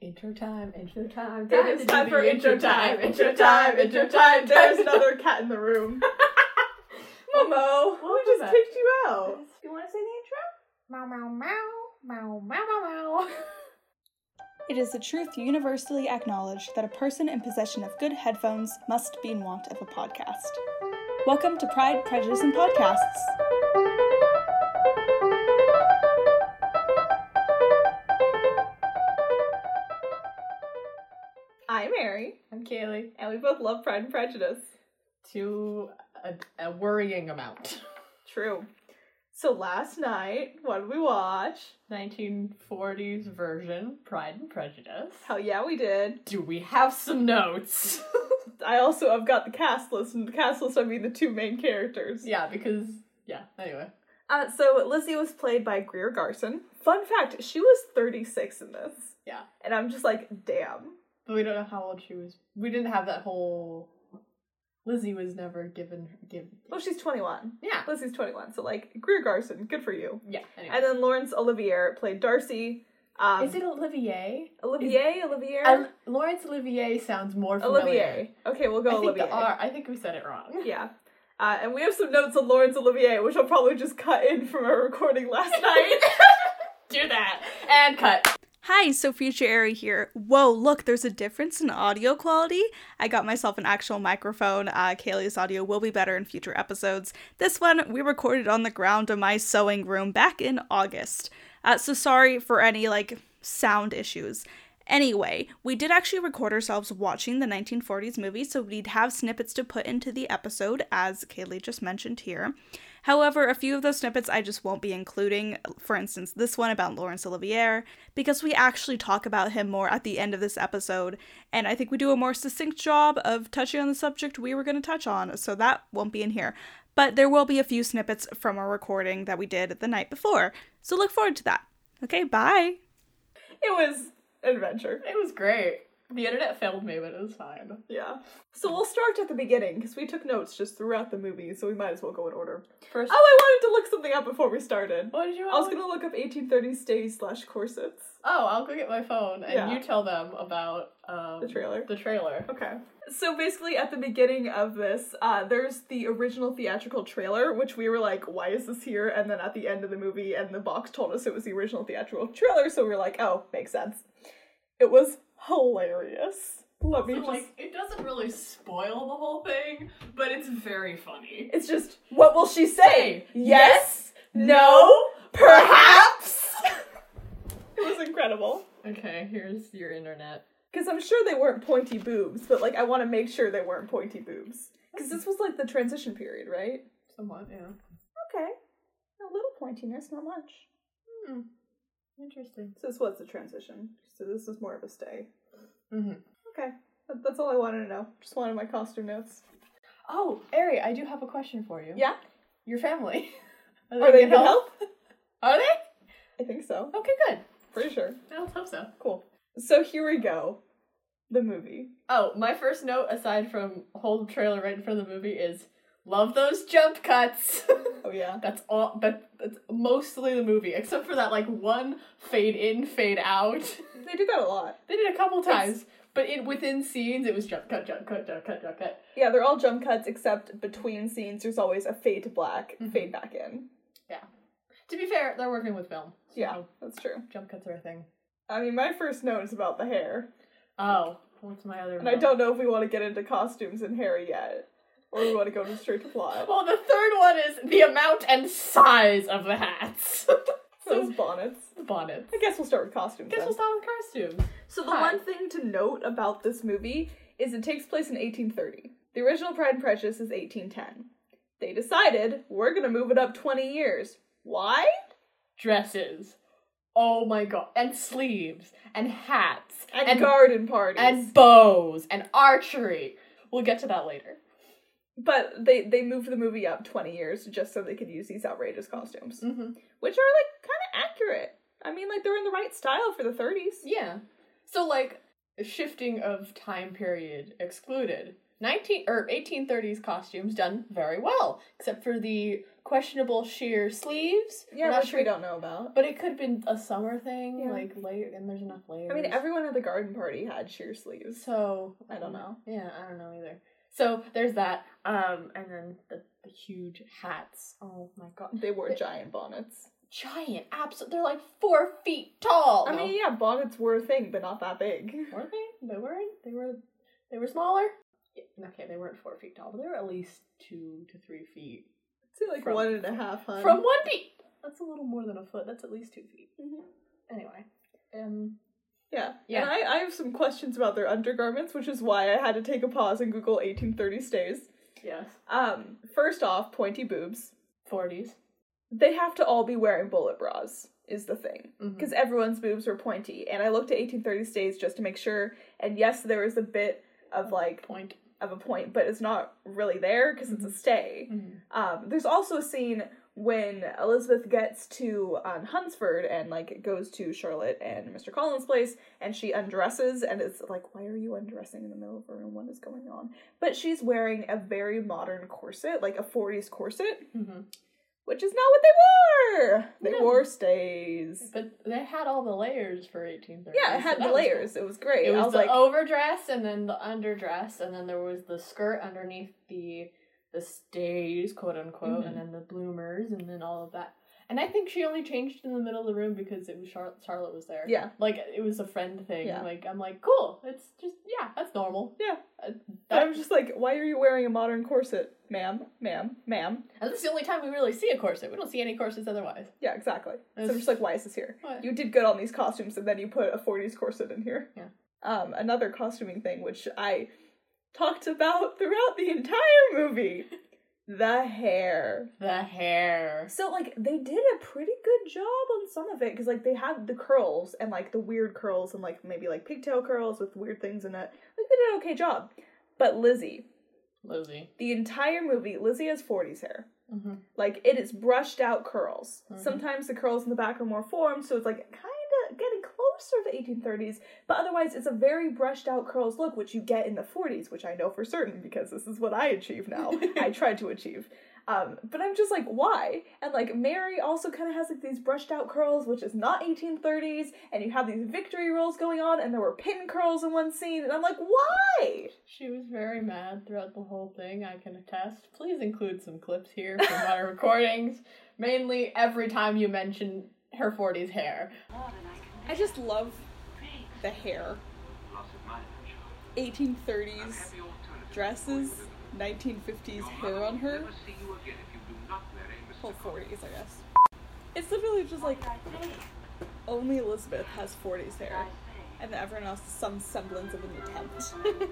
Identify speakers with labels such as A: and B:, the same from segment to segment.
A: Intro time, intro time.
B: It is time for intro time, intro time, intro time. There's another cat in the room. Momo,
A: What
B: we
A: was
B: just
A: that?
B: kicked you out.
A: You want to say the intro? Mow, mow, mow. Mow, mow, mow, mow.
C: It is a truth universally acknowledged that a person in possession of good headphones must be in want of a podcast. Welcome to Pride, Prejudice, and Podcasts.
B: I'm Mary,
A: I'm Kaylee.
B: and we both love Pride and Prejudice.
A: To a, a worrying amount.
B: True. So last night, what did we watch?
A: 1940s version, Pride and Prejudice.
B: Hell yeah, we did.
A: do we have some notes?
B: I also have got the cast list, and the cast list I mean the two main characters.
A: yeah, because, yeah, anyway.
B: Uh, so Lizzie was played by Greer Garson. Fun fact: she was 36 in this.
A: Yeah.
B: And I'm just like, damn.
A: But we don't know how old she was. We didn't have that whole. Lizzie was never given. given
B: Well, she's 21.
A: yeah.
B: Lizzie's 21, so like Greer Garson, good for you.
A: Yeah, anyway.
B: And then Laurence Olivier played Darcy. Um,
A: Is it Olivier?
B: Olivier? Olivier?
A: Um, Lawrence Olivier sounds more familiar.
B: Olivier. Okay, we'll go
A: I think
B: Olivier.
A: the R. I think we said it wrong.
B: Yeah. Uh, and we have some notes on Laurence Olivier, which I'll probably just cut in from our recording last night.
A: Do that and cut.
C: Hi, Sophia Jerry here. Whoa, look, there's a difference in audio quality. I got myself an actual microphone. Uh, Kaylee's audio will be better in future episodes. This one we recorded on the ground of my sewing room back in August. Uh, so sorry for any like sound issues. Anyway, we did actually record ourselves watching the 1940s movie, so we'd have snippets to put into the episode, as Kaylee just mentioned here. However, a few of those snippets I just won't be including. For instance, this one about Laurence Olivier, because we actually talk about him more at the end of this episode, and I think we do a more succinct job of touching on the subject we were going to touch on, so that won't be in here. But there will be a few snippets from our recording that we did the night before, so look forward to that. Okay, bye!
B: it was an adventure.
A: It was great. The internet failed me, but it was fine.
B: Yeah. So we'll start at the beginning, because we took notes just throughout the movie, so we might as well go in order.
A: First,
B: Oh, I wanted to look something up before we started.
A: what did you?
B: I was
A: want-
B: gonna look up 1830s stays slash corsets.
A: Oh, I'll go get my phone and
B: Yeah.
A: you tell them about um,
B: The trailer.
A: The trailer.
B: Okay. So basically, at the beginning of this, uh, there's the original theatrical trailer, which we were like, why is this here? And then at the end of the movie, and the box told us it was the original theatrical trailer, so we were like, oh, makes sense. It was hilarious. Let me
A: So,
B: just.
A: like, it doesn't really spoil the whole thing, but it's very funny.
B: it's just, what will she say?
A: Say,
B: Yes? No? Perhaps? it was incredible.
A: Okay, here's your internet.
B: Because I'm sure they weren't pointy boobs, but like, I want to make sure they weren't pointy boobs. Because this was like the transition period, right?
A: Somewhat, yeah.
B: Okay. A little pointiness, not much.
A: Hmm. Interesting.
B: So this was the transition. So this is more of a stay.
A: hmm
B: Okay. That- That's all I wanted to know. Just wanted my costume notes.
A: Oh, Ari, I do have a question for you.
B: Yeah?
A: Your family.
B: Are they in good health?
A: Are they?
B: I think so.
A: Okay, good.
B: Pretty sure.
A: Let's hope so.
B: Cool. So here we go. The movie.
A: Oh, my first note aside from whole trailer right in front of the movie is love those jump cuts.
B: Oh yeah.
A: that's all. That, that's mostly the movie, except for that like one fade in, fade out.
B: They do that a lot.
A: they did a couple times, but in within scenes, it was jump cut, jump cut, jump cut, jump cut.
B: Yeah, they're all jump cuts except between scenes there's always a fade to black,
A: Mhm.
B: fade back in.
A: To be fair, they're working with film. so
B: Yeah, that's true.
A: jump cuts are a thing.
B: I mean my first note is about the hair.
A: Oh, what's my other?
B: And I
A: note?
B: don't know if we want to get into costumes and hair yet. Or we want to go to straight to plot.
A: Well, the third one is the amount and size of the hats.
B: Those bonnets.
A: the bonnets.
B: I guess we'll start with costumes.
A: I guess
B: then.
A: we'll start with costumes.
B: So the
A: Hi.
B: one thing to note about this movie is it takes place in 1830. The original Pride and Prejudice is 1810. They decided we're gonna move it up 20 years. Why?
A: Dresses. Oh my god. And sleeves. And hats.
B: And, garden parties.
A: and bows. And archery. We'll get to that later.
B: but they they moved the movie up 20 years just so they could use these outrageous costumes,
A: Mm-hmm.
B: which are like kind of accurate. I mean, like they're in the right style for the 30s.
A: Yeah. So, like, shifting of time period excluded. 19 or 1830s costumes done very well, except for the questionable sheer sleeves.
B: Yeah,
A: We're not
B: which we don't know about.
A: But it could have been a summer thing,
B: Yeah.
A: like layer, and there's enough layers.
B: I mean, everyone at the garden party had sheer sleeves.
A: So mm,
B: I don't know.
A: Yeah, I don't know either. So there's that. Um, and then the, the huge hats. Oh my god,
B: They wore
A: But-
B: giant bonnets.
A: giant! Absolutely, they're like four feet tall.
B: I mean, yeah, bonnets were a thing, but not that big.
A: were they? They weren't. They were. They were smaller. Yeah, Okay, they weren't four feet tall, but they were at least two to three feet
B: Say like
A: From-
B: one and a half. hun.
A: from one feet. Um, That's a little more than a foot. That's at least two feet. Anyway, um,
B: Yeah.
A: Yeah.
B: And I, I have some questions about their undergarments, which is why I had to take a pause and Google 1830 stays.
A: yes,
B: Um, first off, pointy boobs.
A: forties.
B: They have to all be wearing bullet bras, is the thing.
A: Mhm.
B: Because everyone's boobs were pointy. And I looked at 1830 stays just to make sure. And yes, there was a bit of like
A: Point.
B: of a point, but it's not really there because it's a stay.
A: Mhm.
B: Um, there's also a scene when Elizabeth gets to um, Hunsford and like goes to Charlotte and Mr. Collins' place, and she undresses and is like, "Why are you undressing in the middle of a room? What is going on?" But she's wearing a very modern corset, like a '40s corset,
A: Mhm.
B: which is not what they wore. They
A: No.
B: wore stays.
A: But they had all the layers for eighteen thirty.
B: Yeah, it had the layers. It was great.
A: It was,
B: I was
A: the oh,
B: like,
A: overdress and then the underdress, and then there was the skirt underneath the the stays, quote unquote,
B: Mm-hmm.
A: and then the bloomers, and then all of that. And I think she only changed in the middle of the room because it was Charlotte. Charlotte was there.
B: yeah,
A: Like it was a friend thing.
B: Yeah.
A: Like I'm like, cool. It's just yeah, that's normal.
B: Yeah.
A: Uh,
B: But
A: that,
B: I was just like, "Why are you wearing a modern corset, ma'am, ma'am, ma'am?"
A: and this is the only time we really see a corset. We don't see any corsets otherwise.
B: Yeah, exactly. So
A: It's-
B: I'm just like, why is this here?
A: What?
B: You did good on these costumes, and then you put a 40s corset in here.
A: Yeah.
B: Um, another costuming thing, which I talked about throughout the entire movie the hair.
A: The hair.
B: So, like, they did a pretty good job on some of it, because, like, they had the curls and, like, the weird curls and, like, maybe, like, pigtail curls with weird things in it. Like, they did an okay job. But Lizzie,
A: Lizzie.
B: the entire movie, Lizzie has 40s hair.
A: Mm-hmm.
B: Like it is brushed out curls.
A: Mhm.
B: Sometimes the curls in the back are more formed, so it's like kind of getting closer to 1830s, but otherwise it's a very brushed out curls look which you get in the 40s, which I know for certain because this is what I achieve now. I tried to achieve. Um, but I'm just like, why? And like Mary also kind of has like these brushed out curls, which is not 1830s, and you have these victory rolls going on, and there were pin curls in one scene, and I'm like, why?
A: She was very mad throughout the whole thing, I can attest. Please include some clips here from our recordings. Mainly every time you mention her 40s hair.
B: I just love the hair.
D: Lots of money, I'm sure.
B: 1830s
D: Happy alternative.
B: dresses, 1950s
D: Your
B: hair
D: mother
B: on
D: will
B: her,
D: Never see you again if you do not marry Mr.
B: well, 40s, I guess. It's literally just like only Elizabeth has 40s hair, and then everyone else is some semblance of an attempt.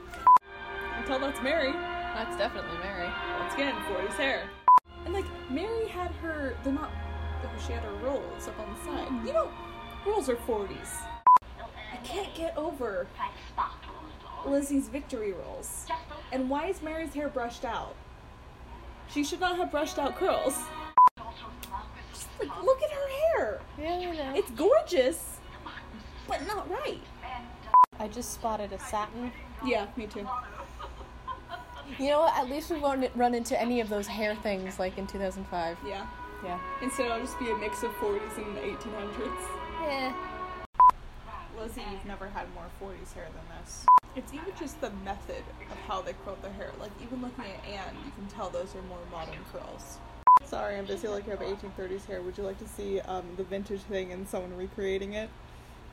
B: Until that's Mary,
A: That's definitely Mary.
B: once again, 40s hair. And like, Mary had her, they're not, oh, she had her rolls up on the side. You know, rolls are 40s. I can't get over Lizzie's victory rolls. And why is Mary's hair brushed out? She should not have brushed out curls. Just, like, look at her hair.
A: Yeah, I know.
B: It's gorgeous, but not right.
E: I just spotted a satin.
B: Yeah, me too.
E: You know, what? at least we won't run into any of those hair things like in 2005.
B: Yeah.
E: Yeah.
B: Instead, I'll just be a mix of 40s and 1800s. Lizzie never had more 40s hair than this. It's even just the method of how they curled their hair. Like, even looking at Anne, you can tell those are more modern curls. Sorry, I'm busy looking up 1830s hair. Would you like to see um, the vintage thing and someone recreating it?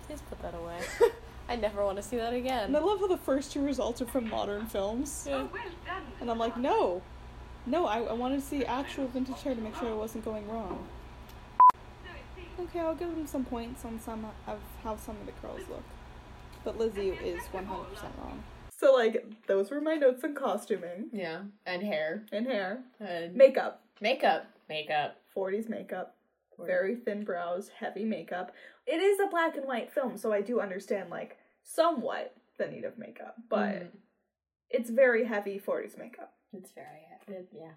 E: Please put that away. I never want to see that again.
B: And I love how the first two results are from modern films. And I'm like, no, no, I, I wanted to see actual vintage hair to make sure I wasn't going wrong. Okay, I'll give them some points on some of how some of the curls look. But Lizzie is 100% wrong. So, like, those were my notes on costuming
A: Yeah, and hair.
B: and hair.
A: And
B: Makeup.
A: makeup. Makeup.
B: 40s makeup. Very thin brows, heavy makeup. It is a black and white film, so I do understand, like, somewhat the need of makeup, but
A: Mhm.
B: it's very heavy 40s makeup.
A: It's very, it, yeah.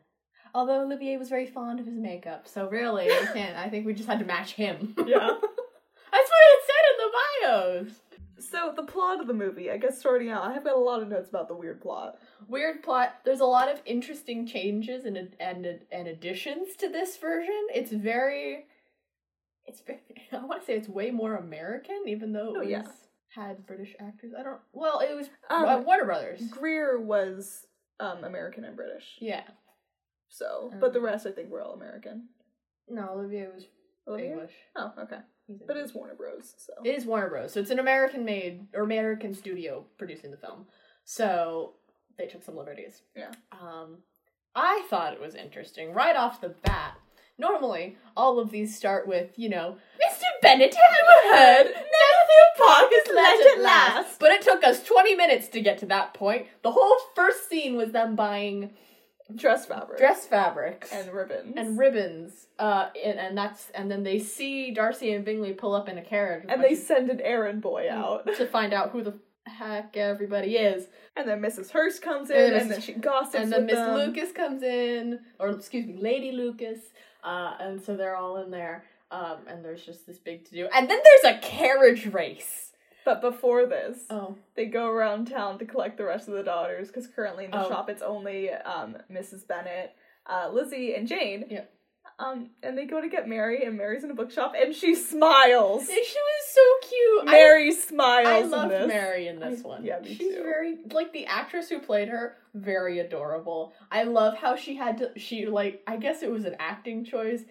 A: Although Olivier was very fond of his makeup, so really, we can't. I think we just had to match him.
B: Yeah.
A: That's what it said in the bios.
B: So the plot of the movie, I guess starting out, I have got a lot of notes about the weird plot.
A: Weird plot. There's a lot of interesting changes and and and additions to this version. It's very, it's very, I want to say it's way more American, even though it
B: Oh,
A: was
B: yeah.
A: had British actors. I don't. Well, it was uh,
B: Um,
A: Warner Brothers.
B: Greer was um, American and British,
A: Yeah.
B: so but the
A: Um,
B: rest I think were all American.
A: No, Olivier was
B: Olivia?
A: English.
B: Oh, okay,
A: He's
B: but
A: English.
B: it's Warner Bros. So
A: It is Warner Bros. So it's an American made or American studio producing the film. So they took some liberties.
B: Yeah.
A: Um, I thought it was interesting right off the bat. Normally, all of these start with, you know, Mr. Bennett Hammerhead, Matthew Park is left at last. But it took us 20 minutes to get to that point. The whole first scene was them buying
B: dress fabric
A: dress fabrics
B: and ribbons
A: and ribbons. Uh, and, and that's and then they see Darcy and Bingley pull up in a carriage. with
B: and
A: a
B: they
A: bunch of
B: send an errand boy out,
A: Mm, to find out who the heck everybody is.
B: and then Mrs. Hurst comes in,
A: And
B: and,
A: then Mrs.
B: then she gossips
A: and then
B: with
A: Miss
B: them.
A: Lucas comes in, or excuse me, Lady Lucas, uh, and so they're all in there. Um, and there's just this big to do. And then there's a carriage race.
B: But before this,
A: Oh.
B: they go around town to collect the rest of the daughters because currently in the
A: Oh.
B: shop it's only um, Mrs. Bennett, uh, Lizzie, and Jane.
A: Yep.
B: Um, and they go to get Mary, and Mary's in a bookshop, and she smiles.
A: She was so cute. I-
B: Mary
A: I,
B: smiles. in
A: love
B: this.
A: Mary in this
B: I-
A: one.
B: yeah, me
A: She's
B: too.
A: very like the actress who played her, very adorable. I love how she had to she like I guess it was an acting choice,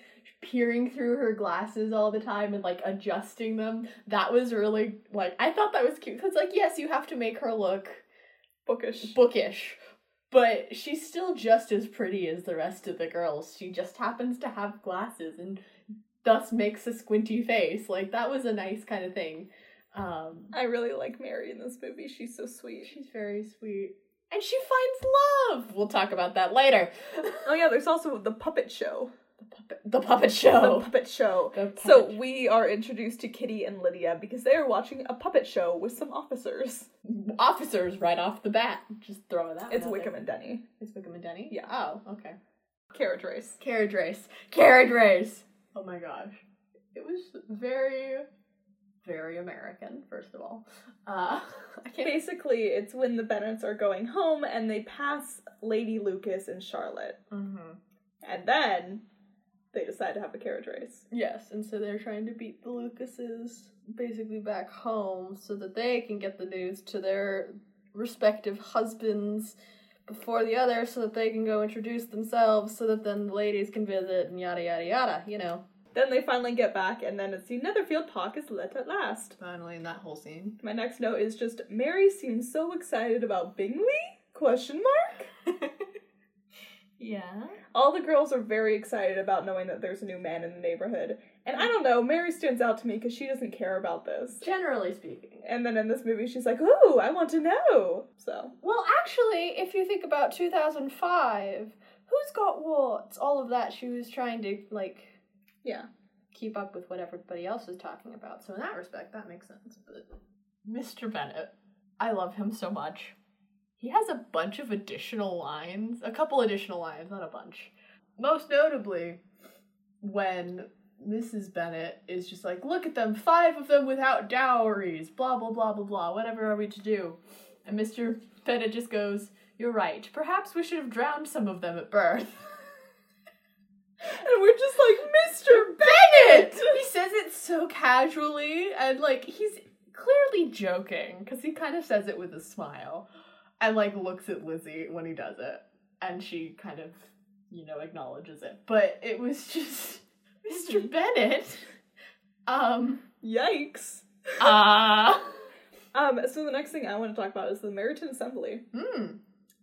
A: peering through her glasses all the time and like adjusting them. That was really like I thought that was cute cuz like yes, you have to make her look
B: Bookish.
A: bookish, but she's still just as pretty as the rest of the girls. She just happens to have glasses and thus makes a squinty face. Like that was a nice kind of thing. Um
B: I really like Mary in this movie. She's so sweet.
A: She's very sweet. And she finds love. We'll talk about that later.
B: Oh yeah, there's also the puppet show.
A: The puppet
B: The
A: show.
B: puppet show.
A: The puppet
B: so
A: show.
B: we are introduced to Kitty and Lydia because they are watching a puppet show with some officers.
A: Officers right off the bat. Just throw that. one
B: It's
A: out
B: Wickham
A: there.
B: and Denny.
A: It's Wickham and Denny?
B: Yeah.
A: Oh, okay.
B: Carriage race.
A: Carriage race. Carriage race. Oh my gosh. It was very, very American, first of all. Uh, I can't.
B: Basically, it's when the Bennets are going home and they pass Lady Lucas and Charlotte.
A: Mhm.
B: And then they decide to have a carriage race.
A: Yes, and so they're trying to beat the Lucases basically back home so that they can get the news to their respective husbands before the other so that they can go introduce themselves so that then the ladies can visit and yada yada yada, you know.
B: Then they finally get back, and then it's the Netherfield Park is let at last.
A: Finally, in that whole scene.
B: My next note is just Mary seems so excited about Bingley? Question mark.
A: Yeah.
B: All the girls are very excited about knowing that there's a new man in the neighborhood. And I don't know, Mary stands out to me because she doesn't care about this.
A: Generally speaking.
B: And then in this movie, she's like, "Ooh, I want to know." So
A: Well, actually, if you think about 2005, who's got what? All of that she was trying to, like,
B: yeah,
A: keep up with what everybody else is talking about. So in that respect, that makes sense. But Mr. Bennett, I love him so much. He has a bunch of additional lines, a couple additional lines, not a bunch. Most notably, when Mrs. Bennett is just like, "Look at them, five of them without dowries, blah blah blah blah blah. Whatever are we to do?" And Mr. Bennett just goes, "You're right. Perhaps we should have drowned some of them at birth."
B: and we're just like, "Mr.
A: Bennett!
B: Bennett."
A: He says it so casually, and like he's clearly joking because he kind of says it with a smile, and like looks at Lizzie when he does it, and she kind of, you know, acknowledges it. But it was just
B: Mm-hmm.
A: Mr. Bennett. Um.
B: Yikes.
A: Ah.
B: Um. So the next thing I want to talk about is the Meriton Assembly.
A: Hmm.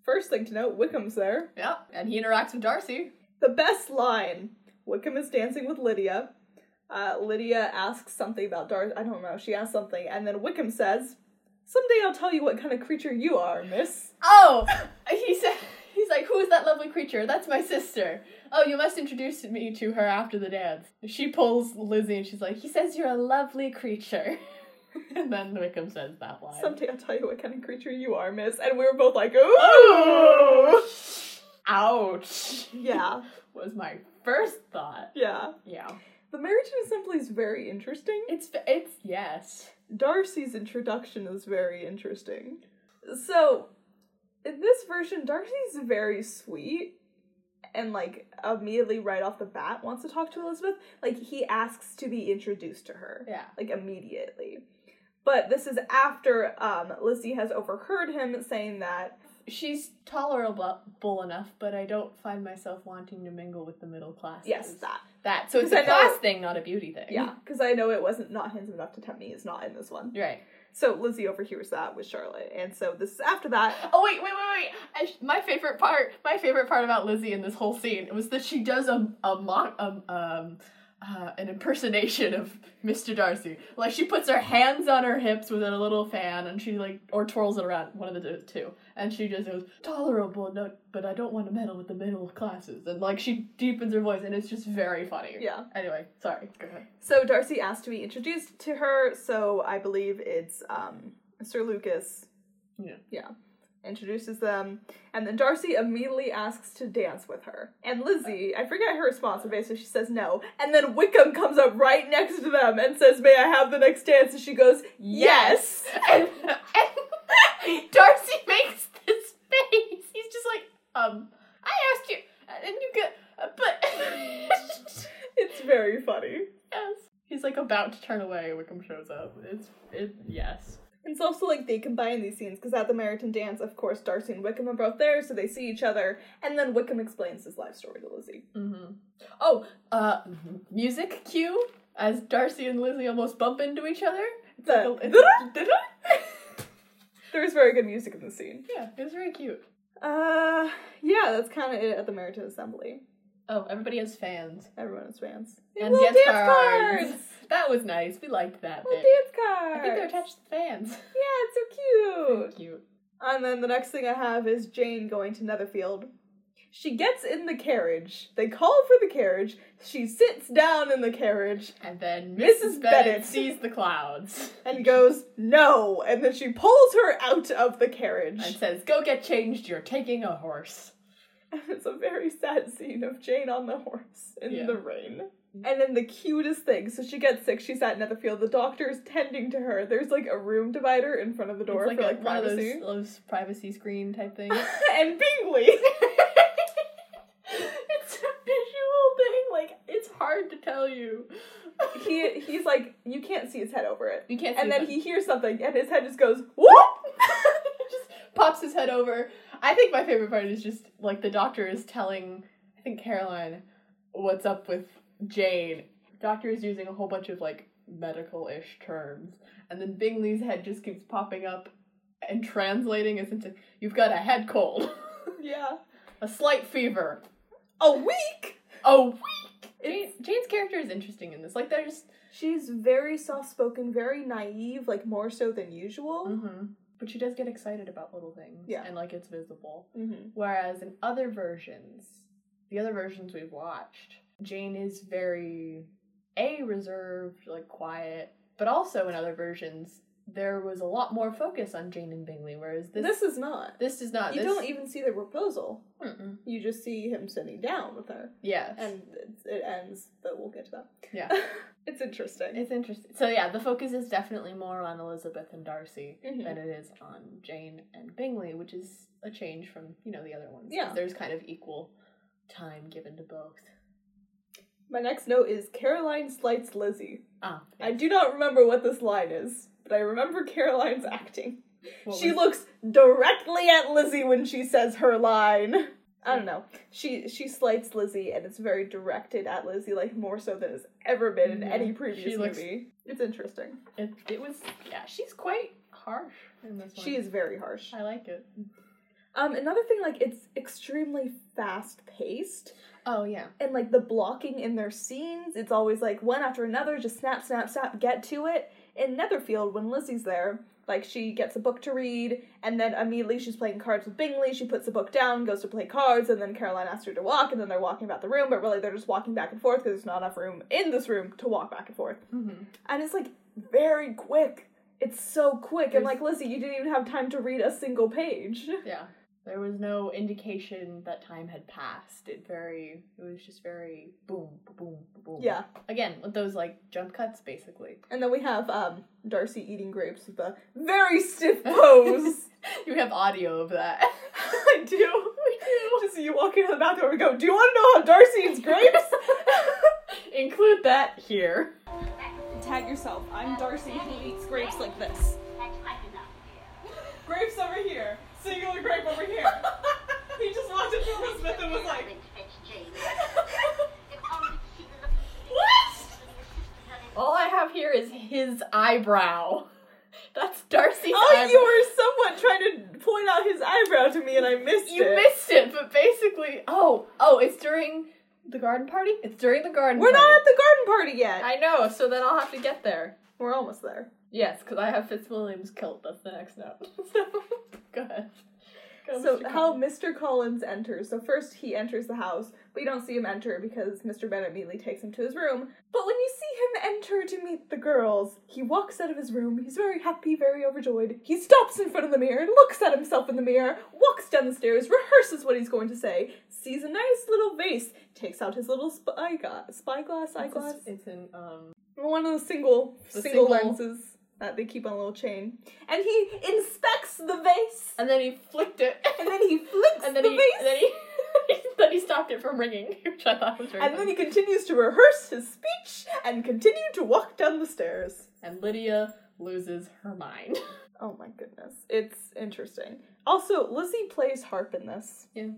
B: First thing to note, Wickham's there.
A: Yeah. And he interacts with Darcy.
B: The best line: Wickham is dancing with Lydia. Uh, Lydia asks something about Darth. I don't know. She asks something, and then Wickham says, "Someday I'll tell you what kind of creature you are, Miss."
A: Oh, he said. He's like, who is that lovely creature? That's my sister. Oh, you must introduce me to her after the dance. She pulls Lizzie and she's like, he says you're a lovely creature. and then Wickham says that line.
B: Someday I'll tell you what kind of creature you are, Miss. And we were both like, "Ooh."
A: Ooh! Ouch.
B: Yeah.
A: Was my first thought.
B: Yeah.
A: Yeah.
B: The marriage to Assembly is very interesting.
A: It's it's yes.
B: Darcy's introduction is very interesting. So, in this version, Darcy's very sweet and, like, immediately right off the bat wants to talk to Elizabeth. Like, he asks to be introduced to her.
A: Yeah.
B: Like, immediately. But this is after um, Lizzie has overheard him saying that
A: She's tolerable enough, but I don't find myself wanting to mingle with the middle class.
B: Yes, that.
A: That. So it's
B: 'Cause
A: a
B: I know-
A: class thing, not a beauty thing.
B: Yeah, because I know it wasn't not handsome enough to tempt me. It's not in this one.
A: Right.
B: So Lizzie overhears that with Charlotte, and so this is after that.
A: Oh wait, wait, wait, wait! I sh- my favorite part, my favorite part about Lizzie in this whole scene was that she does a a mock um um. Uh, an impersonation of Mr. Darcy. Like she puts her hands on her hips with a little fan, and she like or twirls it around one of the do- two, and she just goes tolerable, no, but I don't want to meddle with the middle classes, and like she deepens her voice, and it's just very funny.
B: Yeah.
A: Anyway, sorry. Go ahead.
B: So Darcy asked to be introduced to her. So I believe it's um, Sir Lucas.
A: Yeah.
B: Yeah. Introduces them, and then Darcy immediately asks to dance with her. And Lizzie, I forget her response, but basically she says no. And then Wickham comes up right next to them and says, "May I have the next dance?" And she goes, "Yes."
A: and, and Darcy makes this face. He's just like, um, I asked you, and you could, but
B: It's very funny.
A: yes. He's like about to turn away. Wickham shows up. It's it. Yes.
B: It's also like they combine these scenes because at the Meriton dance, of course, Darcy and Wickham are both there, so they see each other, and then Wickham explains his life story to Lizzie.
A: Mm-hmm. Oh, uh, music cue as Darcy and Lizzie almost bump into each other. It's like a, it's,
B: There's very good music in the scene.
A: yeah, it was very cute.
B: Uh, yeah, that's kind of it at the Meriton Assembly.
A: Oh, everybody has fans
B: Everyone is fans.
A: and
B: Little
A: dance, cards. That was nice. We liked that
B: Little
A: bit.
B: dance
A: I
B: cards.
A: think they're attached to the fans.
B: Yeah, it's so cute.
A: Cute.
B: And then the next thing I have is Jane going to Netherfield. She gets in the carriage. They call for the carriage. She sits down in the carriage.
A: And then
B: Mrs.
A: Mrs. Bennett,
B: Bennett.
A: sees the clouds
B: and goes, No! And then she pulls her out of the
A: and
B: carriage.
A: says, Go get changed, you're taking a horse.
B: And it's a very sad scene of Jane on the horse in
A: Yeah.
B: the rain. And then the cutest thing so she gets sick, she's at Netherfield, the doctor's tending to her. There's like a room divider in front of the door
A: it's like,
B: for
A: a,
B: like
A: one of
B: privacy.
A: those, those privacy screen type things.
B: and Bingley!
A: it's a visual thing, like, it's hard to tell you.
B: he he's like, You can't see his head over it.
A: You can't see
B: And then
A: that.
B: he hears something and his head just goes, Whoop!
A: just pops his head over. I think my favorite part is just like the doctor is telling I think Caroline what's up with Jane. Doctor is using a whole bunch of like medical ish terms. And then Bingley's head just keeps popping up and translating as into you've got a head cold,
B: yeah.
A: a slight fever,
B: A week!
A: a week. Jane, Jane's character is interesting in this. Like they're just
B: She's very soft spoken, very naive, like more so than usual.
A: but she does get excited about little things.
B: Mm-hmm. Yeah.
A: And like it's visible.
B: Mm-hmm.
A: Whereas in other versions, the other versions we've watched, Jane is very a reserved, like quiet, but also in other versions there was a lot more focus on Jane and Bingley, whereas this
B: This, is not.
A: this does not.
B: you
A: this,
B: don't even see the proposal.
A: Mm-mm.
B: You just see him sitting down with her,
A: Yes,
B: and it, it ends. But we'll get to that.
A: yeah,
B: It's interesting.
A: it's interesting. So yeah, the focus is definitely more on Elizabeth and Darcy
B: Mhm.
A: than it is on Jane and Bingley, which is a change from you know the other ones. 'cause
B: Yeah.
A: there's kind of equal time given to both.
B: My next note is Caroline slights Lizzie.
A: Ah,
B: I do not remember what this line is, but I remember Caroline's acting.
A: What
B: she
A: was-
B: looks directly at Lizzie when she says her line. I don't know. She she slights Lizzie, and it's very directed at Lizzie, like more so than it's ever been in
A: Yeah.
B: any previous
A: Mm-hmm. She looks-
B: movie. It's interesting.
A: It, it was yeah. She's quite harsh in this one.
B: She is very harsh.
A: I like it.
B: Um, another thing, like it's extremely fast paced,
A: Oh yeah.
B: and like the blocking in their scenes, it's always like one after another, just snap, snap, snap, get to it. In Netherfield, when Lizzie's there, like she gets a book to read, and then immediately she's playing cards with Bingley. She puts the book down, goes to play cards, and then Caroline asks her to walk, and then they're walking about the room, but really they're just walking back and forth because there's not enough room in this room to walk back and forth.
A: Mm-hmm.
B: And it's like very quick. It's so quick,
A: There's-
B: and like Lizzie, you didn't even have time to read a single page.
A: Yeah. There was no indication that time had passed. It very, it was just very boom, boom, boom.
B: Yeah.
A: Again, with those like jump cuts, basically.
B: And then we have um, Darcy eating grapes with a very stiff pose.
A: You have audio of that.
B: I do. We do. Just you walk into the bathroom and go, Do you want to know how Darcy eats grapes?
A: Include that here.
C: Tag yourself. I'm Darcy who eats grapes like this.
B: grapes over here. Singular grape over here. he just walked into Will Smith and was like,
A: All I have here is his eyebrow. That's Darcy's
B: Oh,
A: eyebrow.
B: you were somewhat trying to point out his eyebrow to me and I missed
A: You
B: it.
A: missed it, but basically, oh, oh, it's during the garden party. It's during the garden.
B: We're
A: party.
B: not at the garden party yet.
A: I know, so then I'll have to get there.
B: We're almost there.
A: Yes, because I have Fitzwilliam's kilt. That's the next note. so go ahead. Go,
B: So
A: Mr.
B: how
A: Cullen.
B: Mr. Collins enters. So first he enters the house, but you don't see him enter because Mr. Bennett immediately takes him to his room. But when you see him enter to meet the girls, he walks out of his room. He's very happy, very overjoyed. He stops in front of the mirror and looks at himself in the mirror, walks down the stairs, rehearses what he's going to say, sees a nice little vase, takes out his little spy gla- spyglass, eyeglass,
A: It's, it's in um.
B: one of the single
A: The
B: single
A: single-
B: lenses that they keep on a little chain, and he inspects the vase.
A: And then he flicked it,
B: And then he flicks
A: and then
B: the
A: he,
B: vase.
A: and then he, then he stopped it from ringing, which I thought was very.
B: And
A: funny.
B: then he continues to rehearse his speech and continue to walk down the stairs.
A: and Lydia loses her mind.
B: Oh my goodness. It's interesting. Also, Lizzie plays harp in this.
A: Yeah.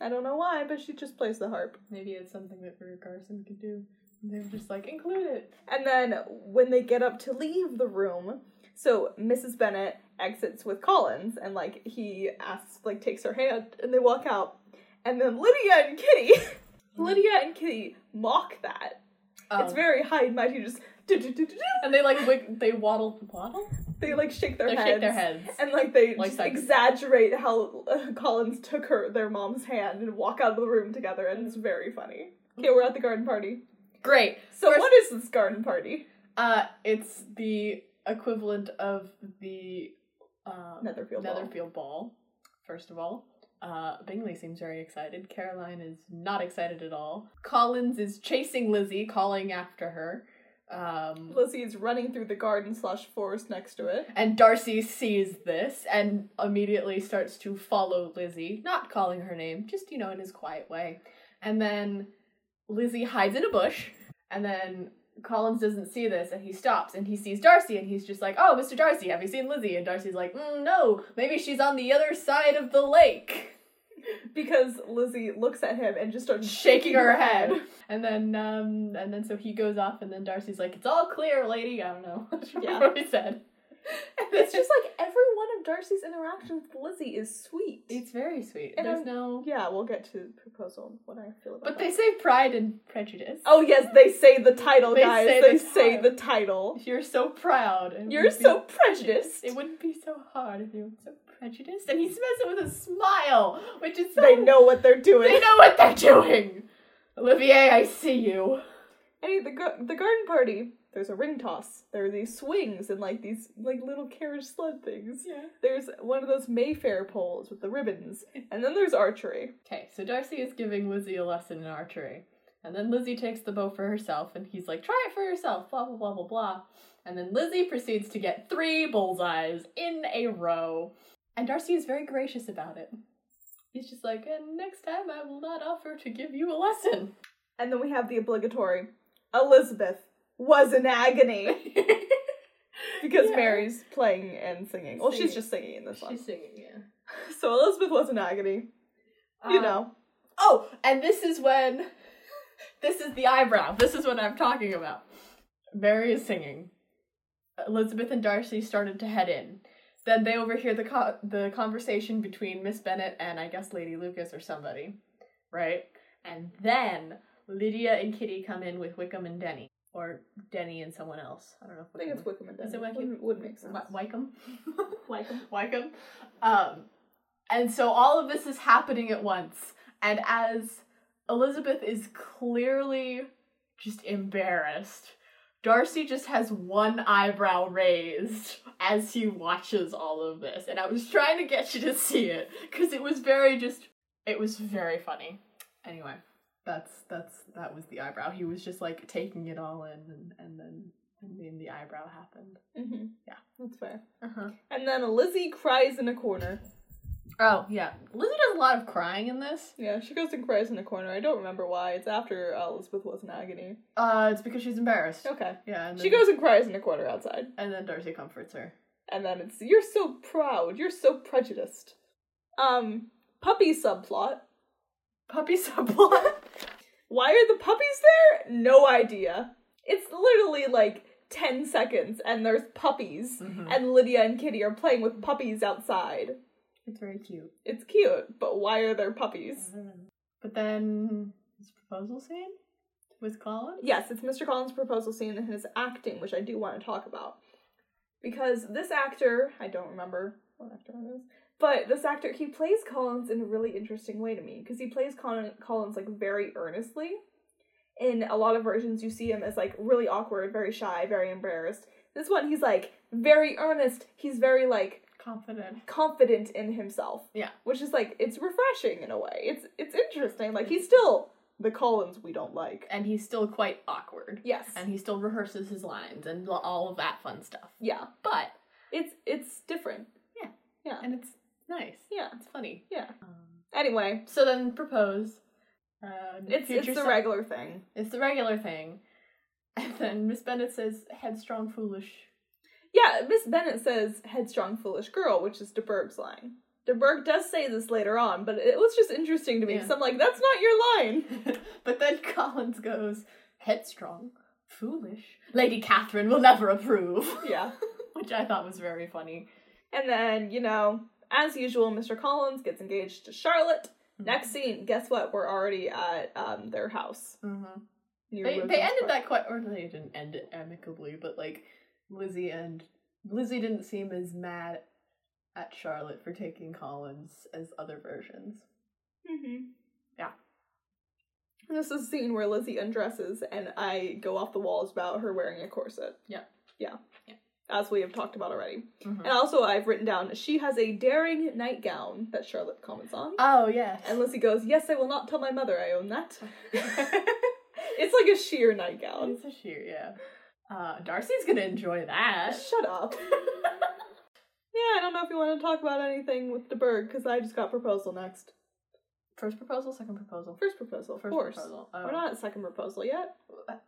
B: I don't know why, but she just plays the harp.
A: Maybe it's something that Rick Garson could do. And they were just like, include it.
B: And then when they get up to leave the room, so Mrs. Bennett exits with Collins and like he asks like takes her hand and they walk out. And then Lydia and Kitty Lydia and Kitty mock that. It's
A: Um,
B: very high and mighty just "Do-do-do-do-do."
A: and they like wig- they waddle waddle.
B: they like shake their
A: They
B: heads.
A: shake their heads.
B: And like they
A: Like
B: just
A: that.
B: exaggerate how uh, Collins took her their mom's hand and walk out of the room together, and it's very funny. Okay, we're at the garden party.
A: Great.
B: So
A: First-
B: what is this garden party?
A: Uh, it's the equivalent of the um,
B: Netherfield ball.
A: Netherfield ball. First of all, uh, Bingley seems very excited. Caroline is not excited at all. Collins is chasing Lizzie, calling after her. Um,
B: Lizzie is running through the garden slash forest next to it.
A: and Darcy sees this and immediately starts to follow Lizzie, not calling her name, just, you know, in his quiet way. And then Lizzie hides in a bush, and then Collins doesn't see this and he stops and he sees Darcy and he's just like, Oh, Mr. Darcy, have you seen Lizzie? And Darcy's like, mm, No, maybe she's on the other side of the lake.
B: Because Lizzie looks at him and just starts
A: Shaking her head. And then, um, and then so he goes off, and then Darcy's like, It's all clear, lady. I don't know. That's
B: Yeah.
A: what he said.
B: It's just like every one of Darcy's interactions with Lizzie is sweet.
A: It's very sweet.
B: And
A: There's
B: I'm-
A: no.
B: yeah, we'll get to proposal and what I feel about
A: But
B: that.
A: they say Pride and Prejudice.
B: Oh yes, they say the title,
A: They
B: guys.
A: say
B: they
A: the
B: say
A: title.
B: the title.
A: you're so proud. and
B: You're
A: would be-
B: so prejudiced.
A: It wouldn't be so hard if you were so prejudiced. And he says it with a smile, which is so.
B: They know what they're doing.
A: They know what they're doing. Olivier, I see you.
B: Anyway, the gar- the garden party. There's a ring toss. There are these swings and like these like little carriage sled things.
A: Yeah.
B: There's one of those Mayfair poles with the ribbons, and then there's archery.
A: Okay, so Darcy is giving Lizzie a lesson in archery. And then Lizzie takes the bow for herself, and he's like, try it for yourself, blah, blah, blah, blah, blah. And then Lizzie proceeds to get three bullseyes in a row. And Darcy is very gracious about it. He's just like, and next time I will not offer to give you a lesson.
B: And then we have the obligatory. Elizabeth was in agony because
A: Yeah.
B: Mary's playing and singing. Well, she's
A: Singing.
B: just singing in this one.
A: She's singing, yeah.
B: So Elizabeth was in agony. You
A: Uh,
B: know,
A: Oh, and this is when this is the eyebrow. This is what I'm talking about. Mary is singing. Elizabeth and Darcy started to head in. Then they overhear the co- the conversation between Miss Bennet and I guess Lady Lucas or somebody, right? And then Lydia and Kitty come in with Wickham and Denny, or Denny and someone else. I don't know. If
B: I think
A: Wickham-
B: it's Wickham and Dunn.
A: Is it Wickham?
B: Would, would make sense.
A: Wy- Wycombe.
B: Wycombe.
A: Wycombe. Um, and so all of this is happening at once. And as Elizabeth is clearly just embarrassed, Darcy just has one eyebrow raised as he watches all of this. And I was trying to get you to see it because it was very just, it was very funny. Anyway, that's, that's, that was the eyebrow. He was just like taking it all in and, and then, and then the eyebrow happened.
B: Mm-hmm. Yeah, that's fair.
A: Uh-huh.
B: And then Lizzie cries in a corner.
A: Oh, yeah. Lizzie does a lot of crying in this.
B: Yeah, she goes and cries in a corner. I don't remember why. It's after uh, Elizabeth was in agony.
A: Uh, it's because she's embarrassed.
B: Okay.
A: Yeah, and then,
B: She goes and cries in a corner outside.
A: and then Darcy comforts her.
B: And then it's, you're so proud. You're so prejudiced. Um, puppy subplot.
A: Puppy subplot.
B: Why are the puppies there? No idea. It's literally like 10 seconds and there's puppies. And Lydia and Kitty are playing with puppies outside.
A: It's very cute.
B: It's cute, but why are there puppies?
A: But then his proposal scene with Colin.
B: Yes, it's Mr. Collins' proposal scene and his acting, which I do want to talk about. Because this actor, I don't remember what actor it is, but this actor, he plays Collins in a really interesting way to me. Because he plays Colin, Collins like very earnestly. In a lot of versions, you see him as like really awkward, very shy, very embarrassed. This one, he's like very earnest. He's very like
A: Confident.
B: confident in himself.
A: Yeah.
B: Which is like it's refreshing in a way. It's it's interesting. Like he's still the Collins we don't like.
A: And he's still quite awkward.
B: Yes.
A: And he still rehearses his lines and lo- all of that fun stuff.
B: yeah.
A: But
B: It's it's different.
A: Yeah.
B: Yeah.
A: and it's nice.
B: yeah.
A: It's funny.
B: Yeah.
A: Um,
B: Anyway,
A: so then propose. Uh,
B: it's
A: future
B: it's the
A: se-
B: regular thing.
A: It's the regular thing. And then Miss Bennett says headstrong, foolish.
B: Yeah, Miss Bennett says headstrong foolish girl, which is DeBerg's line. DeBerg does say this later on, but it was just interesting to me because
A: Yeah.
B: I'm like, that's not your line.
A: but then Collins goes headstrong, foolish. Lady Catherine will never approve.
B: Yeah.
A: Which I thought was very funny.
B: And then, you know, as usual, Mr. Collins gets engaged to Charlotte. Next scene, guess what? We're already at um, their house.
A: Mm-hmm.
B: near
A: They,
B: Rose's
A: they ended
B: Park.
A: that quite, or they didn't end it amicably, but like Lizzie and Lizzie didn't seem as mad at Charlotte for taking Collins as other versions. Mm-hmm.
B: Mhm.
A: Yeah.
B: And This is a scene where Lizzie undresses and I go off the walls about her wearing a corset.
A: Yeah.
B: Yeah.
A: Yeah.
B: As we have talked about already.
A: Mhm.
B: And also, I've written down she has a daring nightgown that Charlotte comments on.
A: Oh yes,
B: and Lizzie goes, Yes, I will not tell my mother I own that. it's like a sheer nightgown.
A: it's a sheer yeah. Uh, Darcy's gonna enjoy that.
B: Uh, Shut up. Yeah, I don't know if you want to talk about anything with DeBerg because I just got proposal next.
A: First proposal, second proposal.
B: First proposal, of
A: First
B: course.
A: proposal.
B: We're
A: Oh.
B: not at second proposal yet.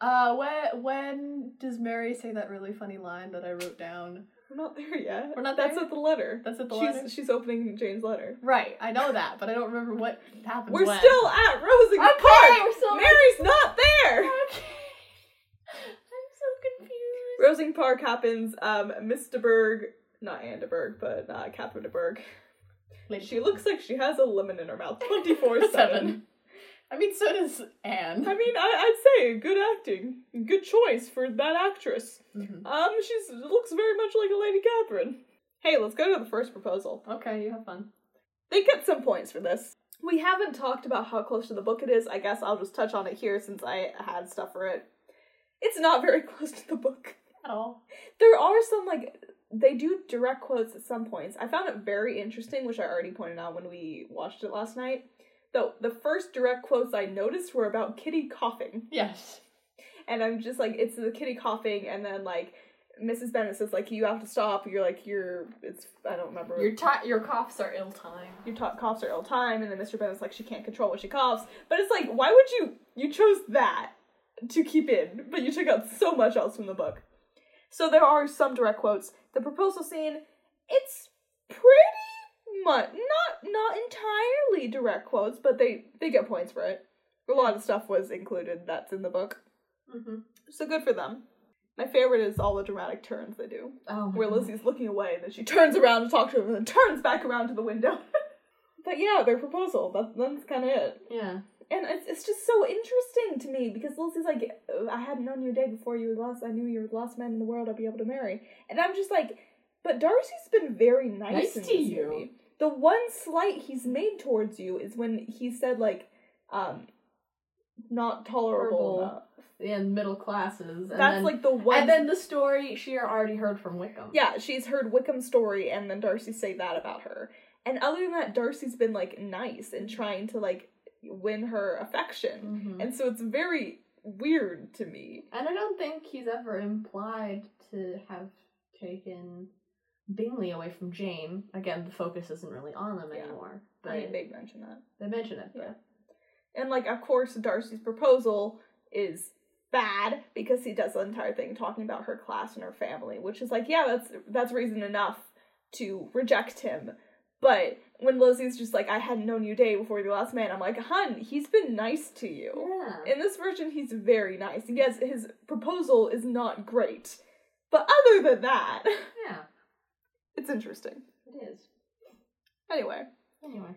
A: Uh, when when does Mary say that really funny line that I wrote down?
B: We're not there yet.
A: We're not
B: That's
A: there?
B: at the letter.
A: That's at the
B: she's,
A: letter?
B: She's opening Jane's letter.
A: Right, I know that, but I don't remember what happened.
B: We're
A: when.
B: still at Rosing
A: Okay,
B: Park.
A: we're still-
B: Mary's not there.
A: Okay. I'm so confused.
B: Rosing Park happens. Um, Miss DeBerg, not Anne DeBerg, but uh, Catherine DeBerg. She looks like she has a lemon in her mouth, twenty four seven.
A: I mean, so does
B: I
A: Anne.
B: mean, I, I'd say good acting, good choice for that actress.
A: Mm-hmm.
B: Um, she looks very much like a Lady Catherine. Hey, let's go to the first proposal.
A: Okay, you have fun.
B: They get some points for this. We haven't talked about how close to the book it is. I guess I'll just touch on it here since I had stuff for it. It's not very close to the book.
A: At all.
B: There are some, like, they do direct quotes at some points. I found it very interesting, which I already pointed out when we watched it last night. Though the first direct quotes I noticed were about Kitty coughing.
A: Yes.
B: And I'm just like, it's the kitty coughing, and then like Mrs. Bennett says, like, you have to stop. You're like, you're, it's, I don't remember.
A: Your ti your coughs are ill timed.
B: your to- coughs are ill time, and then Mr. Bennett's like, she can't control what she coughs. But it's like, why would you, you chose that to keep in, but you took out so much else from the book. So there are some direct quotes. The proposal scene, it's pretty much, not, not entirely direct quotes, but they, they get points for it. A lot of stuff was included that's in the book.
A: Mm-hmm.
B: So good for them. My favorite is all the dramatic turns they do,
A: Oh,
B: where Lizzie's looking away and then she turns around to talk to him and then turns back around to the window. but yeah, their proposal. That, that's kind of it.
A: Yeah.
B: And it's, it's just so interesting to me because Lizzie's like, "Oh, I hadn't known you a day before you were the last, I knew you were the last man in the world I'd be able to marry. And I'm just like, but Darcy's been very nice,
A: Nice
B: in
A: to
B: this
A: you.
B: movie. The one slight he's made towards you is when he said, like, um, not tolerable
A: Horrible.
B: enough.
A: and middle classes. And
B: That's
A: then,
B: like the one.
A: and then the story she already heard from Wickham.
B: yeah, she's heard Wickham's story, and then Darcy say that about her. And other than that, Darcy's been like nice and trying to like win her affection,
A: Mhm.
B: and so it's very weird to me.
A: And I don't think he's ever implied to have taken Bingley away from Jane. Again, the focus isn't really on them
B: Yeah.
A: anymore. But
B: I mean, they mention that.
A: they mention it. But
B: And like, of course, Darcy's proposal is bad because he does the entire thing talking about her class and her family, which is like, yeah, that's that's reason enough to reject him. But when Lizzie's just like, I hadn't known you day before the last man, I'm like, hun, he's been nice to you.
A: yeah.
B: In this version, he's very nice. Yes, his proposal is not great, but other than that,
A: yeah,
B: it's interesting.
A: it is.
B: Anyway,
A: Anyway.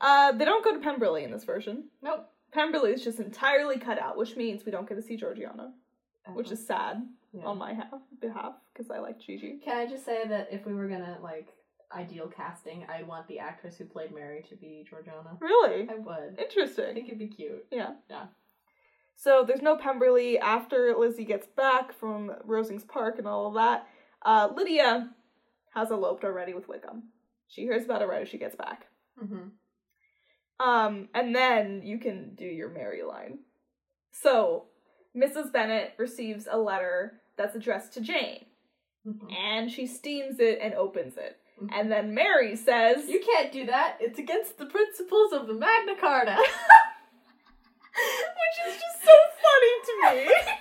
B: uh, they don't go to Pemberley in this version.
A: Nope.
B: Pemberley is just entirely cut out, which means we don't get to see Georgiana, which is sad
A: Uh, Yeah.
B: on my ha- behalf because I like Gigi.
A: Can I just say that if we were gonna like ideal casting, I'd want the actress who played Mary to be Georgiana.
B: Really
A: I would. I
B: interesting.
A: think it'd be cute.
B: Yeah.
A: Yeah.
B: So there's no Pemberley after Lizzie gets back from Rosings Park and all of that. Uh, Lydia has eloped already with Wickham. She hears about it right as she gets back.
A: Mm-hmm.
B: Um, and then you can do your Mary line. So Mrs. Bennet receives a letter that's addressed to Jane,
A: Mm-hmm.
B: and she steams it and opens it. And then Mary says,
A: You can't do that. It's against the principles of the Magna Carta.
B: which is just so funny to me.
A: I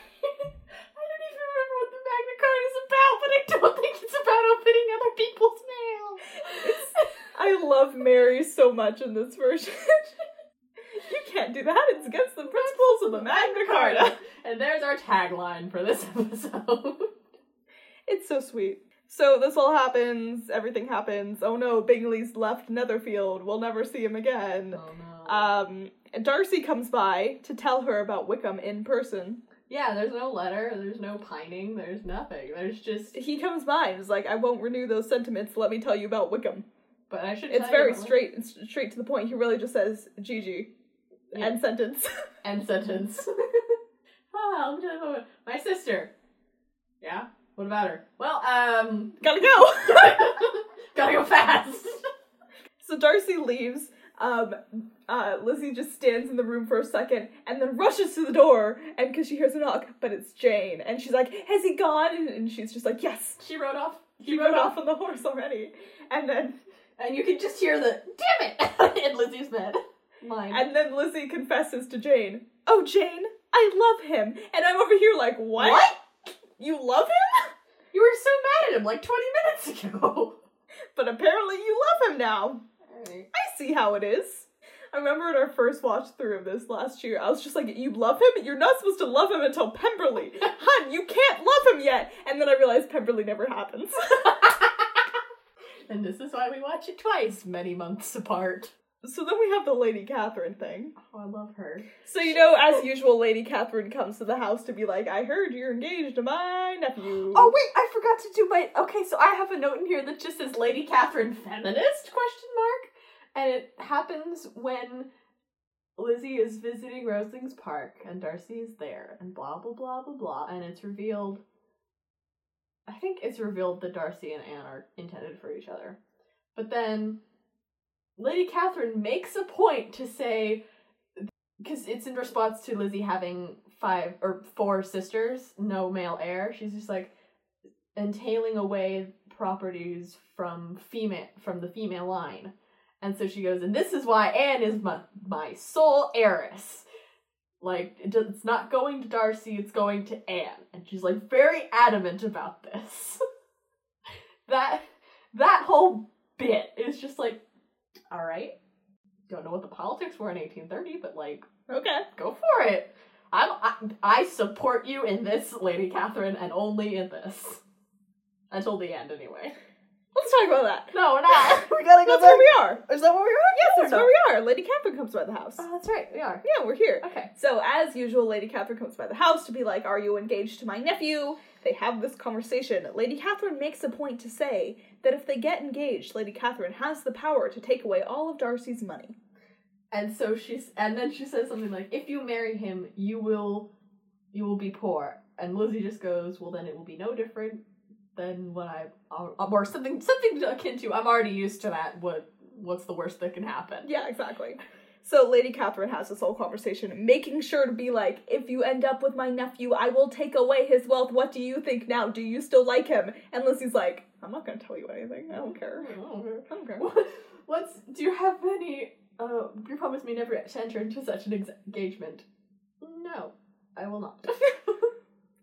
A: don't even remember what the Magna Carta is about, but I don't think it's about opening other people's mail.
B: I love Mary so much in this version. you can't do that. It's against the principles of the Magna Carta.
A: And there's our tagline for this
B: Oh,
A: episode.
B: It's so sweet. So this all happens. Everything happens. Oh no, Bingley's left Netherfield. We'll never see him again.
A: Oh no.
B: Um, Darcy comes by to tell her about Wickham in person.
A: yeah, there's no letter, there's no pining, there's nothing. There's just.
B: He comes by and is like, "I won't renew those sentiments. Let me tell you about Wickham."
A: But I should. tell
B: It's
A: you
B: very
A: about-
B: straight. It's straight to the point. He really just says, "Gigi,"
A: Yeah.
B: end sentence.
A: End sentence. oh, I'm just- my sister. Yeah. What about her? Well, um,
B: Gotta go.
A: gotta go fast.
B: So Darcy leaves. Um, uh, Lizzie just stands in the room for a second and then rushes to the door. And because she hears a knock, but it's Jane. And she's like, Has he gone? And, and she's just like, Yes,
A: She rode off.
B: he rode off on the horse already. And then,
A: And you can just hear the damn it in Lizzie's bed. Mine.
B: and then Lizzie confesses to Jane, Oh, Jane, I love him. And I'm over here like, What?
A: What?
B: You love him?
A: You were so mad at him like 20 minutes ago.
B: But apparently you love him now. I see how it is. I remember in our first watch through of this last year, I was just like, You love him? You're not supposed to love him until Pemberley. Hun, you can't love him yet. And then I realized Pemberley never happens.
A: and this is why we watch it twice, many months apart.
B: so then we have the Lady Catherine thing.
A: Oh, I love her.
B: So, you know, as usual, Lady Catherine comes to the house to be like, I heard you're engaged to my nephew.
A: Oh wait, I forgot to do my Okay, so I have a note in here that just says Lady Catherine feminist question mark and it happens when Lizzie is visiting Roslings Park and Darcy is there and blah blah blah blah blah and it's revealed I think it's revealed that Darcy and Anne are intended for each other. But then Lady Catherine makes a point to say, because it's in response to Lizzie having five or four sisters, no male heir. She's just like entailing away properties from female from the female line, and so she goes, and this is why Anne is my my sole heiress. Like it does, it's not going to Darcy, it's going to Anne, and she's like very adamant about this. that that whole bit is just like all right. Don't know what the politics were in 1830, but like,
B: Okay.
A: go for it. I'm I, I support you in this, Lady Catherine, and only in this. Until the end, anyway.
B: Let's talk about that.
A: No, we're not.
E: We gotta
B: That's where we are.
E: Is that where we are?
B: Yes, that's where we are. Lady Catherine comes by the house.
A: oh, that's right. We are.
B: Yeah, we're here.
A: Okay.
B: So, as usual, Lady Catherine comes by the house to be like, Are you engaged to my nephew? They have this conversation. Lady Catherine makes a point to say that if they get engaged, Lady Catherine has the power to take away all of Darcy's money.
A: And so she's, and then she says something like, "If you marry him, you will, you will be poor." And Lizzie just goes, "Well, then it will be no different than what I, or or something, something akin to, I'm already used to that. What, what's the worst that can happen?"
B: Yeah, exactly. So Lady Catherine has this whole conversation, making sure to be like, if you end up with my nephew, I will take away his wealth. What do you think now? Do you still like him? And Lizzie's like, I'm not gonna tell you anything. I don't care.
A: Oh.
B: I don't care.
A: What- What's do you have any? Uh, you promised me never to enter into such an ex- engagement. No, I will not.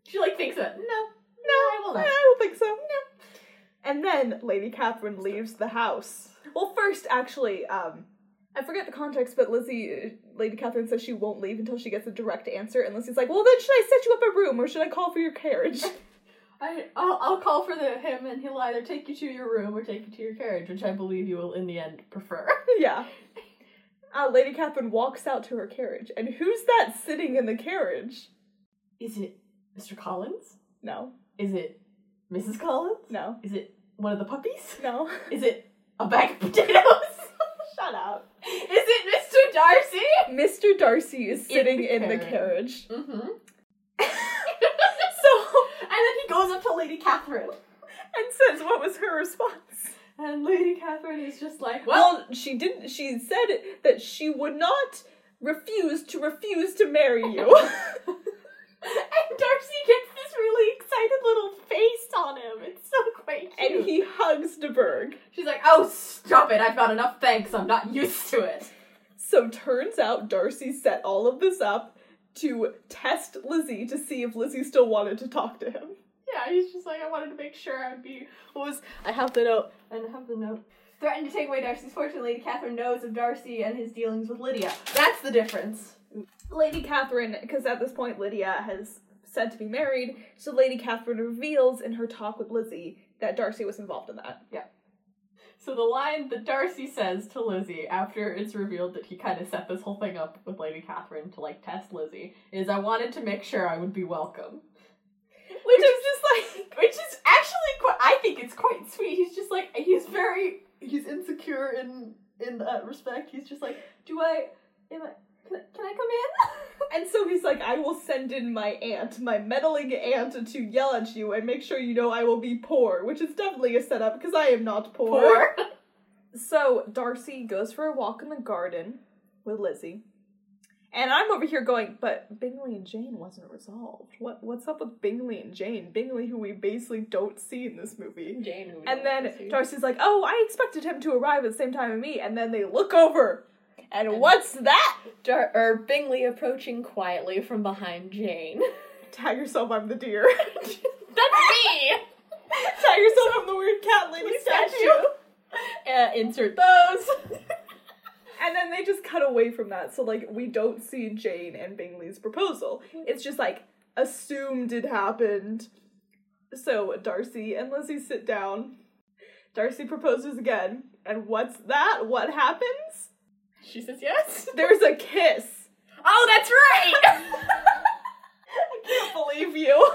A: she like thinks about it. No, no, I will
B: I
A: not.
B: don't think so. No. And then Lady Catherine leaves the house. Well, first, actually, um, I forget the context, but Lizzie, uh, Lady Catherine says she won't leave until she gets a direct answer. And Lizzie's like, well, then should I set you up a room or should I call for your carriage?
A: I I'll, I'll call for the, him, and he'll either take you to your room or take you to your carriage, which I believe you will in the end prefer.
B: yeah. Uh, Lady Catherine walks out to her carriage. And who's that sitting in the carriage?
A: Is it Mr. Collins?
B: No,
A: Is it Mrs. Collins?
B: no,
A: Is it one of the puppies?
B: no.
A: Is it a bag of potatoes?
B: Shut up.
A: Is it Mr. Darcy?
B: Mr. Darcy is
A: the
B: sitting in the
A: carriage.
B: carriage.
A: Mm-hmm.
B: So,
A: And then he goes up to Lady Catherine.
B: and says, what was her response?
A: And Lady Catherine is just like, "Oh." well,
B: Well, she didn't. She said that she would not refuse to refuse to marry you.
A: and Darcy gets this really excited little face on him. It's so quite cute.
B: and he hugs de Berg.
A: She's like, oh, stop it. I've got enough thanks. I'm not used to it.
B: So turns out Darcy set all of this up to test Lizzie to see if Lizzie still wanted to talk to him.
A: Yeah, he's just like, I wanted to make sure I'd be. What was. I have the note. And I have the note. Threatened to take away Darcy's fortune, Lady Catherine knows of Darcy and his dealings with Lydia. That's the difference.
B: Lady Catherine, because at this point Lydia has said to be married, so Lady Catherine reveals in her talk with Lizzie that Darcy was involved in that.
A: So the line that Darcy says to Lizzie after it's revealed that he kind of set this whole thing up with Lady Catherine to like test Lizzie is I wanted to make sure I would be welcome.
B: Which is just like.
A: Which is actually quite I think it's quite sweet. He's just like he's very he's insecure in in that respect. He's just like, "Do I am I can I, can I come
B: And so he's like, I will send in my aunt, my meddling aunt, to yell at you and make sure you know I will be poor, which is definitely a setup because I am not poor.
A: in?" Or
B: So Darcy goes for a walk in the garden with Lizzie. And I'm over here going, but Bingley and Jane wasn't resolved. What what's up with Bingley and Jane? Bingley, who we basically don't see in this movie.
A: Jane who
B: And then Darcy's like, oh, I expected him to arrive at the same time as me. And then they look over. And what's that?
A: Dar- or Bingley approaching quietly from behind Jane.
B: Tag yourself, I'm the deer.
A: That's me.
B: Tie yourself on the weird cat lady statue.
A: uh, insert those.
B: And then they just cut away from that. So, like, we don't see Jane and Bingley's proposal.
A: Mm-hmm.
B: It's just like assumed it happened. So, Darcy and Lizzie sit down. Darcy proposes again. And what's that? What happens?
A: she says yes.
B: There's a kiss.
A: Oh, that's right.
B: I can't believe you.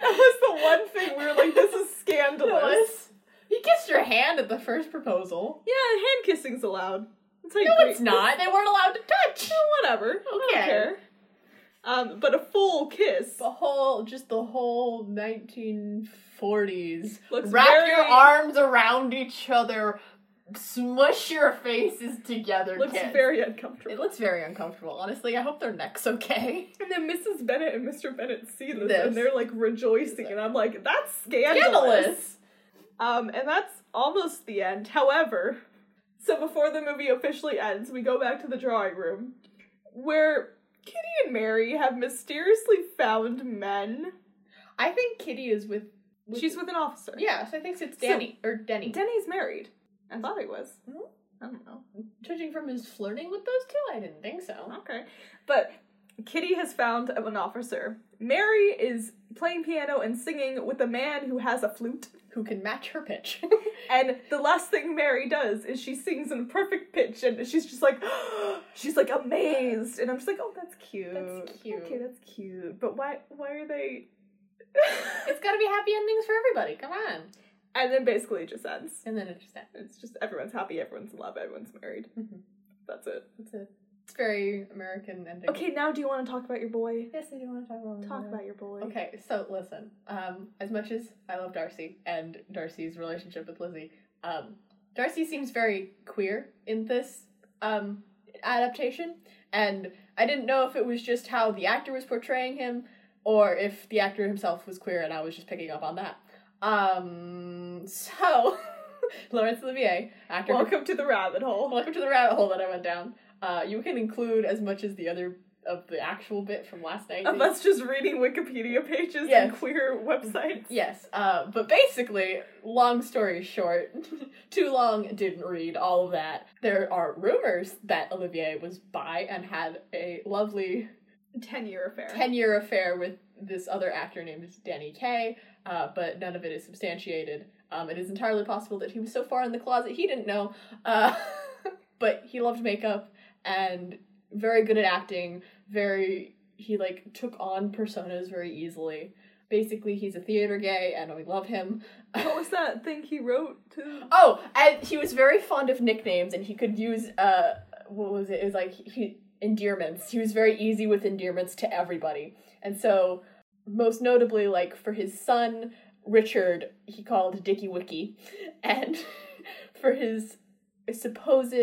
B: That was the one thing we were like, this is scandalous.
A: He kissed your hand at the first proposal.
B: Yeah, hand kissing's allowed. It's like
A: No, it's not. They weren't allowed to touch.
B: whatever. I
A: Okay.
B: don't care. Um, but a full kiss.
A: The whole, just the whole 1940s.
B: Looks
A: Wrap your
B: very-
A: arms around each other. Smush your faces together.
B: Looks
A: kiss.
B: very
A: It
B: uncomfortable.
A: looks very uncomfortable. Honestly, I hope their neck's okay.
B: And then Mrs. Bennett and Mr. Bennett see this,
A: This.
B: and they're like rejoicing, and I'm like, that's scandalous.
A: Scandalous.
B: Um, and that's almost the end. However, so before the movie officially ends, we go back to the drawing room where Kitty and Mary have mysteriously found men.
A: I think Kitty is with. with
B: She's with an officer.
A: Yes, I think it's
B: So-
A: Danny or Denny.
B: Denny's married. I thought he was.
A: Mhm.
B: I don't know.
A: Judging from his flirting with those two, I didn't think so.
B: Okay. But Kitty has found an officer. Mary is playing piano and singing with a man who has a flute.
A: Who can match her pitch?
B: And the last thing Mary does is she sings in perfect pitch and she's just like she's like amazed. And I'm just like, oh that's cute.
A: That's cute.
B: Okay, that's cute. But why why are they
A: it's got to be happy endings for everybody. Come on.
B: And then basically it just ends.
A: And then it just ends.
B: It's just everyone's happy, everyone's in love, everyone's married.
A: Mhm.
B: That's it.
A: It's a it's very American ending.
B: Okay, now do you want to talk about your boy?
A: Yes, I do want to talk about
B: Talk
A: Linda.
B: about your boy.
A: Okay, so listen. Um, as much as I love Darcy and Darcy's relationship with Lizzie, um, Darcy seems very queer in this um adaptation, and I didn't know if it was just how the actor was portraying him, or if the actor himself was queer, and I was just picking up on that. Um, so Laurence Olivier, actor who
B: Welcome to the rabbit hole.
A: Welcome to the rabbit hole that I went down. Uh, you can include as much as the other of the actual bit from last night.
B: Of us just reading Wikipedia pages and
A: Yes.
B: queer websites.
A: Yes, uh, but basically, long story short, too long didn't read all of that. There are rumors that Olivier was bi and had a lovely
B: Ten year affair.
A: 10 year affair with this other actor named Danny Kaye, uh, but none of it is substantiated. Um, it is entirely possible that he was so far in the closet he didn't know, uh, but he loved makeup and very good at acting, very, he like took on personas very easily. Basically, he's a theater gay and we love him.
B: What was that thing he wrote to?
A: Oh, and he was very fond of nicknames, and he could use uh, what was it? It was like he endearments. He was very easy with endearments to everybody, and so most notably, like for his son Richard, he called Dicky Wicky, and for his supposed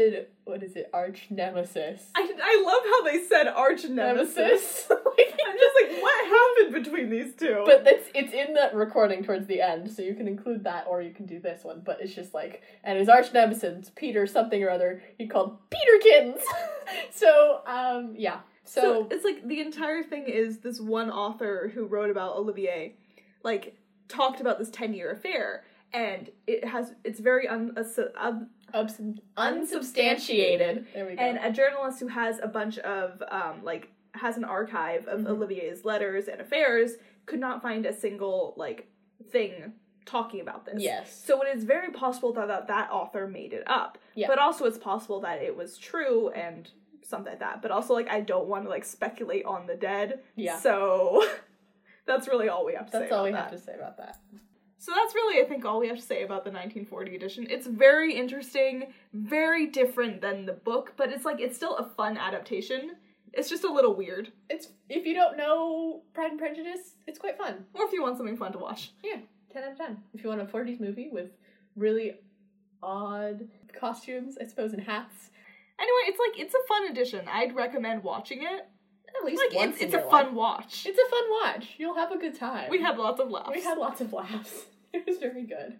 A: what is it arch nemesis
B: I, I love how they said arch nemesis.
A: nemesis. Like,
B: I'm just like, what happened between these two?
A: But that's it's in the recording towards the end, so you can include that or you can do this one. But it's just like and his arch nemesis, Peter something or other, he called Peterkins. so um yeah. So,
B: so, it's like the entire thing is this one author who wrote about Olivier, like talked about this ten year affair, and it has it's very un, uh, um, a, un,
A: ups- unsubstantiated. There we go.
B: and a journalist who has a bunch of um, like has an archive of
A: Mhm.
B: Olivier's letters and affairs could not find a single like thing talking about this.
A: yes.
B: So it is very possible that that, that author made it up.
A: Yeah.
B: But also it's possible that it was true and something like that. But also like I don't want to like speculate on the dead.
A: Yeah.
B: So that's really all we have to say.
A: that's all
B: about
A: we
B: that.
A: have to say about that.
B: So that's really, I think, all we have to say about the 1940 edition. It's very interesting, very different than the book, but it's like it's still a fun adaptation. It's just a little weird,
A: It's if you don't know Pride and Prejudice, it's quite fun.
B: or if you want something fun to watch.
A: Yeah. Ten out of ten. If you want a forties movie with really odd costumes, I suppose, and hats.
B: Anyway, it's like it's a fun edition. I'd recommend watching it.
A: At least
B: Like
A: once
B: it's
A: in
B: it's a
A: your
B: fun
A: life.
B: watch.
A: It's a fun watch. You'll have a good time.
B: We had lots of laughs.
A: We had lots of laughs. It was very good.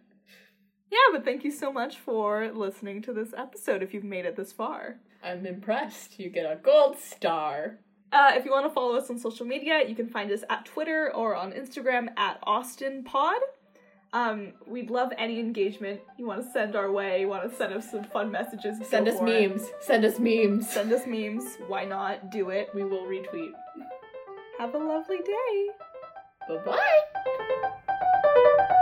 B: yeah, but thank you so much for listening to this episode. If you've made it this far.
A: I'm impressed. You get a gold star.
B: Uh, if you want to follow us on social media, you can find us at Twitter or on Instagram at AustinPod. Um, we'd love any engagement you want to send our way. You want to send us some fun messages. go
A: Send us
B: for it.
A: memes. Send us memes.
B: Send us memes. Why not? Do it.
A: we will retweet.
B: Have a lovely day.
A: Bye bye.